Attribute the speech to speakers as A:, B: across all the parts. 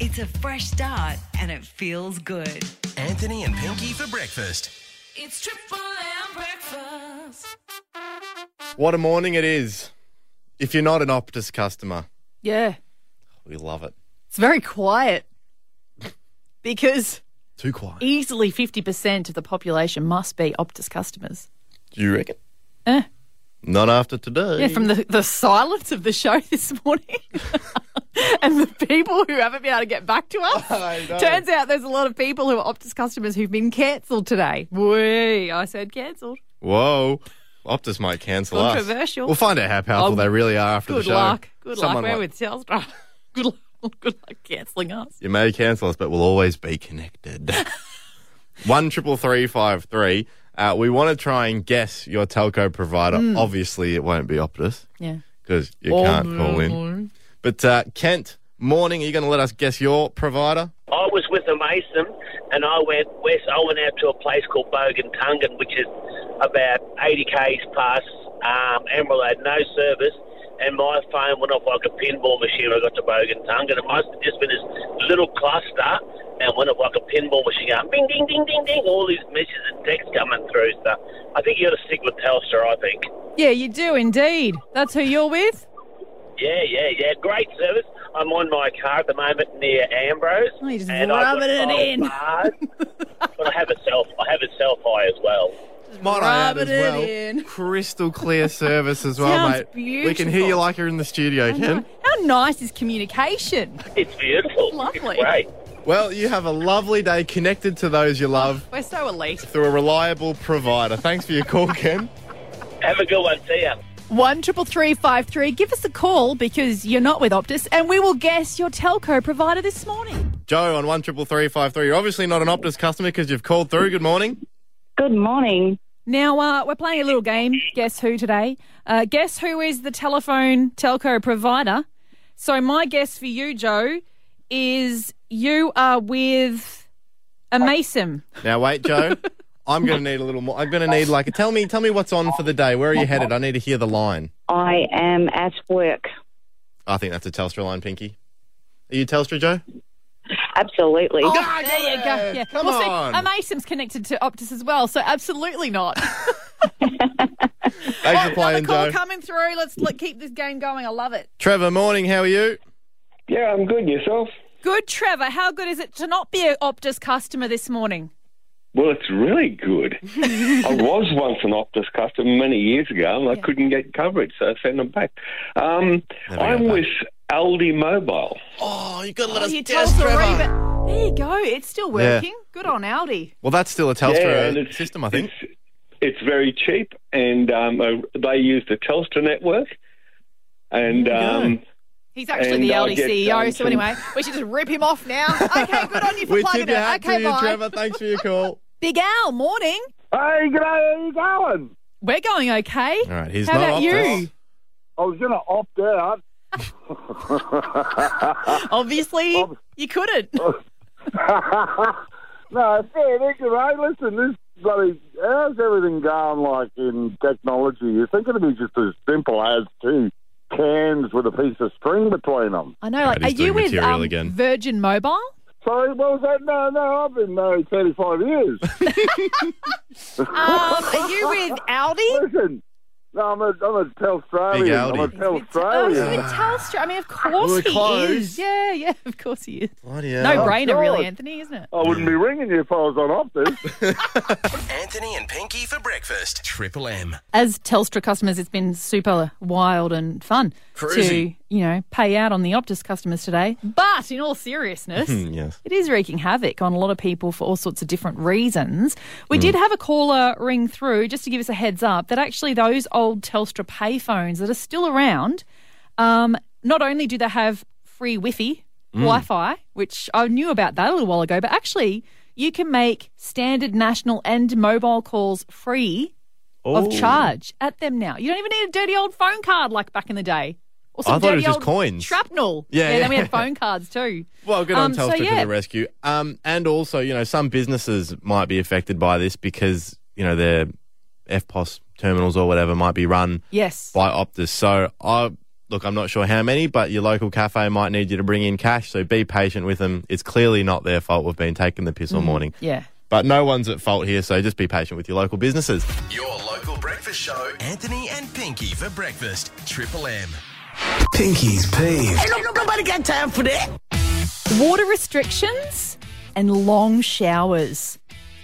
A: It's a fresh start and it feels good.
B: Anthony and Pinky for breakfast.
C: It's triple M breakfast.
D: What a morning it is. If you're not an Optus customer,
E: Yeah.
D: we love it.
E: It's very quiet because
D: Too quiet.
E: easily 50% of the population must be Optus customers.
D: Do you reckon?
E: Eh.
D: Not after today.
E: Yeah, from the, the silence of the show this morning and the people who haven't been able to get back to
D: I know.
E: us. Turns out there's a lot of people who are Optus customers who've been cancelled today. Whee, I said cancelled.
D: Whoa. Optus might cancel us.
E: Controversial.
D: We'll find out how powerful
E: Oh,
D: they really are after
E: Good
D: the show.
E: luck. Good
D: Someone
E: luck. We're
D: might-
E: with Telstra. good luck. Good luck cancelling us.
D: You may cancel us, but we'll always be connected. One triple three five three. Uh, we want to try and guess your telco provider.
E: Hmm.
D: Obviously, it won't be Optus
E: Yeah.
D: because you
E: Oh,
D: can't call in. But uh, Kent, morning. Are you going to let us guess your provider?
F: I was with a Mason, and I went west. I went out to a place called Bogan Tungan, which is about 80 k's past um, Emerald. I had no service, and my phone went off like a pinball machine. when I got to Bogan Tungan. It must have just been this little cluster, and went off like a pinball machine. Going, ding, ding, ding, ding, ding. All these messages and texts coming through. So I think you got to stick with Telstra. I think.
E: Yeah, you do indeed. That's who you're with?
F: Yeah, yeah, yeah. Great service. I'm on my car at the moment near Ambrose.
E: Oh, you're just
F: and I've got
E: rubbing it
F: five
E: in.
F: bars. but I have a self. I have a self high as well.
D: Might I add
E: Rub
D: as
E: it in
D: well,
E: in.
D: crystal clear service as well,
E: Sounds
D: mate. We can hear you
E: beautiful.
D: like you're in the studio, Ken.
E: How nice is communication?
F: It's beautiful.
E: Lovely.
F: It's great.
D: Well, you have a lovely day connected to those you love
E: We're so elite.
D: through a reliable provider. Thanks for your call, Ken.
F: Have a good one. See ya.
E: One triple three five three. Give us a call because you're not with Optus, and we will guess your telco provider this morning.
D: Joe on one triple three five three. You're obviously not an Optus customer because you've called through. Good morning.
G: Good morning.
E: Now uh, we're playing a little game. Guess who today? Uh, guess who is the telephone telco provider? So my guess for you, Joe, is you are with a Mason.
D: Now wait, Joe. I'm going to need a little more. I'm going to need like a, tell me tell me what's on for the day. Where are you headed? I need to hear the line.
G: I am at work.
D: I think that's a Telstra line, Pinky. Are you Telstra, Joe?
G: Absolutely.
E: there you go. Yeah.
D: Ah, Come
E: well, see,
D: on.
E: a Mason's connected to Optus as well, so absolutely not.
D: Thanks for playing,
E: Another call
D: Joe.
E: coming through. Let's let, keep this game going. I love it.
D: Trevor, morning. How are you?
H: Yeah, I'm good. Yourself?
E: Good, Trevor. How good is it to not be an Optus customer this morning?
H: Well, it's really good. I was once an Optus customer many years ago, and I couldn't get coverage, so I sent them back. Um,
D: Never
H: I'm
D: go back.
H: with Aldi Mobile.
D: Oh, you got to let
E: you tell Soree, but there you go. It's still working. Good on Aldi.
D: Well, that's still a
H: Yeah,
D: Telstra
H: and it's-
D: system, I think.
H: It's, it's very cheap, and um, uh, they use the Telstra network. And um,
E: He's actually the
H: And I
E: Aldi
H: get
E: CEO.
H: done
E: So
H: too.
E: anyway, we should just rip him off now. Okay, good on you for
D: We
E: plugging
D: tip your
E: it.
D: hat
E: Okay,
D: to you,
E: bye.
D: Trevor. Thanks for your call.
E: Big Al, morning.
I: Hey, g'day, how you going?
E: We're going okay.
D: All right, he's
E: How
D: not
E: about
D: Optus.
E: you?
I: I was going to opt out.
E: Obviously, you couldn't.
I: no, fair dinkum, mate. Listen, this bloody, how's everything going like in technology? It's not going to be just as simple as two cans with a piece of string between them.
E: I know. Like,
D: he's
E: are you
D: doing
E: with
D: material
E: um,
D: again.
E: Virgin Mobile?
I: Sorry, what was that? No, no, I've been married 35 years.
E: Um, are you with Aldi?
I: Listen, no, I'm a, I'm a Telstralian. I'm a
D: Big
E: Oh, he's with
I: Telstralian.
E: Telstra. I mean, of course
D: We're
E: he
D: close.
E: is. Yeah, yeah, of course he is.
D: Bloody hell.
E: No brainer,
I: God.
E: really, Anthony, isn't it?
I: I wouldn't be ringing you if I was on Optus.
B: Anthony and Pinky for breakfast. Triple M.
E: As Telstra customers, it's been super wild and fun
B: Crazy.
E: to, you know, pay out on the Optus customers today. But in all seriousness,
D: Hmm, Yes.
E: it is wreaking havoc on a lot of people for all sorts of different reasons. We did have a caller ring through just to give us a heads up that actually those old Telstra payphones that are still around, um, not only do they have free Wi-Fi,
D: Mm.
E: Wi-Fi, which I knew about that a little while ago, but actually you can make standard national and mobile calls free
D: Oh.
E: of charge at them now. You don't even need a dirty old phone card like back in the day. Or some
D: I thought it
E: dirty
D: was just
E: old
D: coins.
E: Shrapnel.
D: Yeah,
E: then we
D: yeah.
E: had phone cards too.
D: Well, good on
E: Um, so
D: Telstra to
E: yeah.
D: the rescue. Um, and also, you know, some businesses might be affected by this because, you know, their FPOS terminals or whatever might be run
E: Yes.
D: by Optus. So I Look, I'm not sure how many, but your local cafe might need you to bring in cash, so be patient with them. It's clearly not their fault. We've been taking the piss all morning.
E: Mm. Yeah.
D: But no one's at fault here, so just be patient with your local businesses.
B: Your local breakfast show, Anthony and Pinky for breakfast. Triple M. Pinky's peeve.
E: Water restrictions and long showers.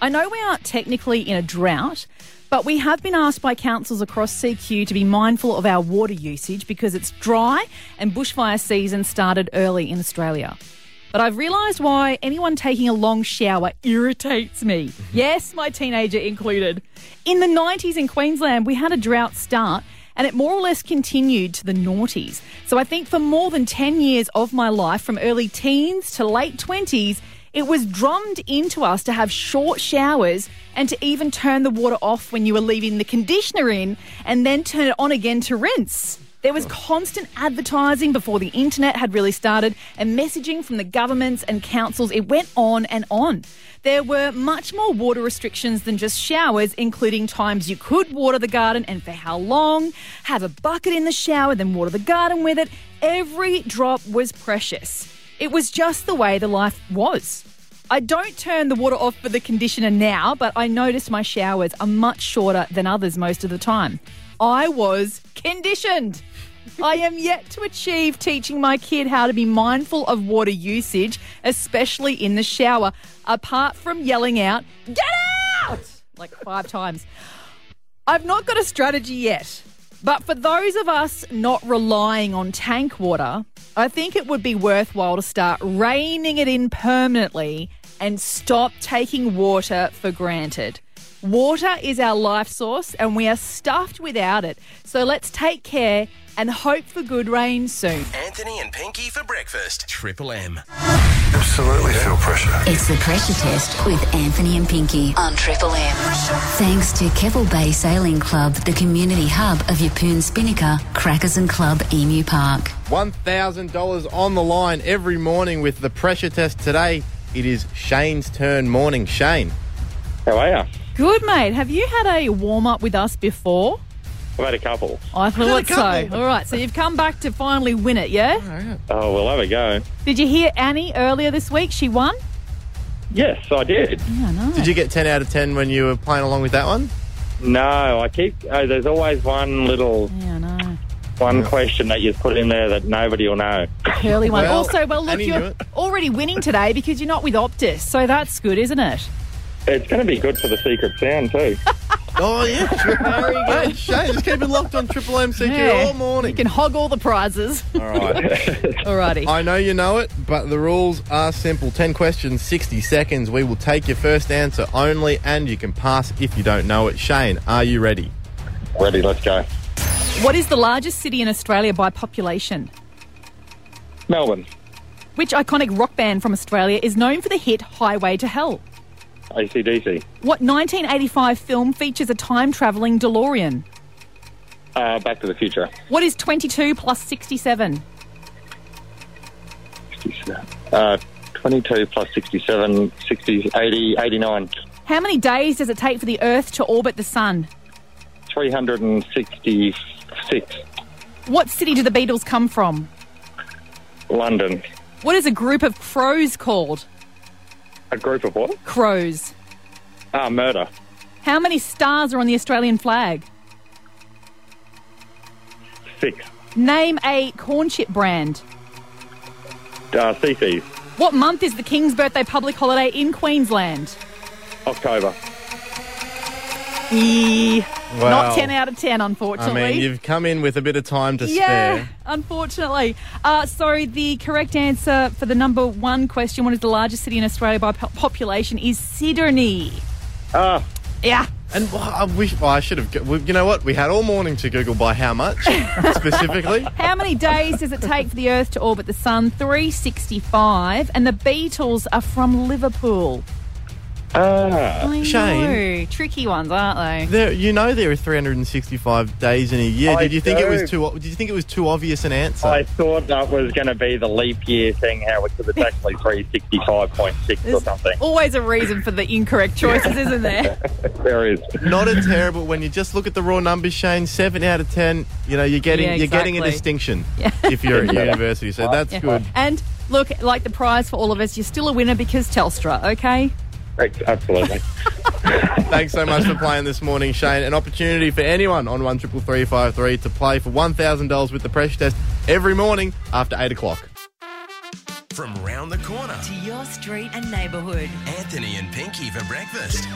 E: I know we aren't technically in a drought, but we have been asked by councils across CQ to be mindful of our water usage because it's dry and bushfire season started early in Australia. But I've realised why anyone taking a long shower irritates me. Yes, my teenager included. In the 90s in Queensland, we had a drought start and it more or less continued to the noughties. So I think for more than 10 years of my life, from early teens to late 20s, it was drummed into us to have short showers and to even turn the water off when you were leaving the conditioner in and then turn it on again to rinse. There was constant advertising before the internet had really started and messaging from the governments and councils. It went on and on. There were much more water restrictions than just showers, including times you could water the garden and for how long, have a bucket in the shower, then water the garden with it. Every drop was precious. It was just the way the life was. I don't turn the water off for the conditioner now, but I notice my showers are much shorter than others most of the time. I was conditioned. I am yet to achieve teaching my kid how to be mindful of water usage, especially in the shower, apart from yelling out, Get out! like five times. I've not got a strategy yet, but for those of us not relying on tank water, I think it would be worthwhile to start reining it in permanently and stop taking water for granted. Water is our life source and we are stuffed without it. So let's take care and hope for good rain soon.
B: Anthony and Pinky for breakfast. Triple M.
J: Absolutely feel pressure.
K: It's the pressure test with Anthony and Pinky on Triple M. Thanks to Keppel Bay Sailing Club, the community hub of Yapoon Spinnaker, Crackers and Club Emu Park.
D: $1,000 on the line every morning with the pressure test today. It is Shane's turn morning. Shane.
H: How are you?
E: Good, mate. Have you had a warm up with us before?
H: I've had a couple.
E: I thought so.
D: couple.
E: All right, so you've come back to finally win it, yeah?
H: Oh, we'll have a go.
E: Did you hear Annie earlier this week? She won?
H: Yes, I did.
E: Yeah, no.
D: Did you get 10 out of 10 when you were playing along with that one?
H: No, I keep. Oh, there's always one little
E: Yeah, no.
H: one question that you put in there that nobody will know.
E: Curly one.
D: Well,
E: also, well, look,
D: Annie knew
E: you're
D: it.
E: already winning today because you're not with Optus, so that's good, isn't it?
H: It's going to be good for the secret sound too.
D: Oh, yeah. Very good. Shane, just keep it locked on Triple M CQ all morning.
E: You can hog all the prizes.
D: All right.
E: Alrighty.
D: I know you know it, but the rules are simple 10 questions, 60 seconds. We will take your first answer only, and you can pass if you don't know it. Shane, are you ready?
H: Ready? Let's go.
E: What is the largest city in Australia by population?
H: Melbourne.
E: Which iconic rock band from Australia is known for the hit Highway to Hell?
H: ACDC.
E: What 1985 film features a time travelling DeLorean?
H: Uh, Back to the Future.
E: What is 22 plus 67?
H: Uh, 22 plus 67, 60, 80, 89.
E: How many days does it take for the Earth to orbit the Sun?
H: 366.
E: What city do the Beatles come from?
H: London.
E: What is a group of crows called?
H: A group of what?
E: Crows.
H: Ah, murder.
E: How many stars are on the Australian flag?
H: Six.
E: Name a corn chip brand.
H: Uh, CCs.
E: What month is the King's birthday public holiday in Queensland?
H: October.
E: Eee,
D: Wow.
E: E, Not 10 out of 10,
D: I
E: unfortunately.
D: mean, you've come in with a bit of time to
E: yeah,
D: spare.
E: unfortunately. Uh, so the correct answer for the number one question, what is the largest city in Australia by po- population, is Sydney.
H: Ah,
E: Yeah.
D: And well, I wish well, I should have. go- well, You know what? We had all morning to Google by how much specifically.
E: How many days does it take for the Earth to orbit the Sun? 365. And the Beatles are from Liverpool.
D: Ah,
E: I
D: Shane.
E: know. Tricky ones, aren't they?
D: There, you know there are 365 days in a year.
I: I
D: Did you think it was
I: do.
D: too? o- Did you think it was too obvious an answer?
I: I thought that was going to be the leap year thing, how it's it's actually 365.6 or something.
E: Always a reason for the incorrect choices, isn't there?
I: There is.
D: Not a terrible. When you just look at the raw numbers, Shane, seven out of ten. You know, you're getting
E: Yeah,
D: you're getting a
E: exactly.
D: distinction if you're at
I: Yeah.
D: university. So that's
E: Yeah.
D: good.
E: And look, like the prize for all of us, you're still a winner because Telstra, okay?
I: Absolutely.
D: Thanks so much for playing this morning, Shane. An opportunity for anyone on one triple three five three to play for one thousand dollars with the pressure test every morning after eight o'clock.
B: From round the corner
A: To your street and neighborhood.
B: Anthony and Pinky for breakfast.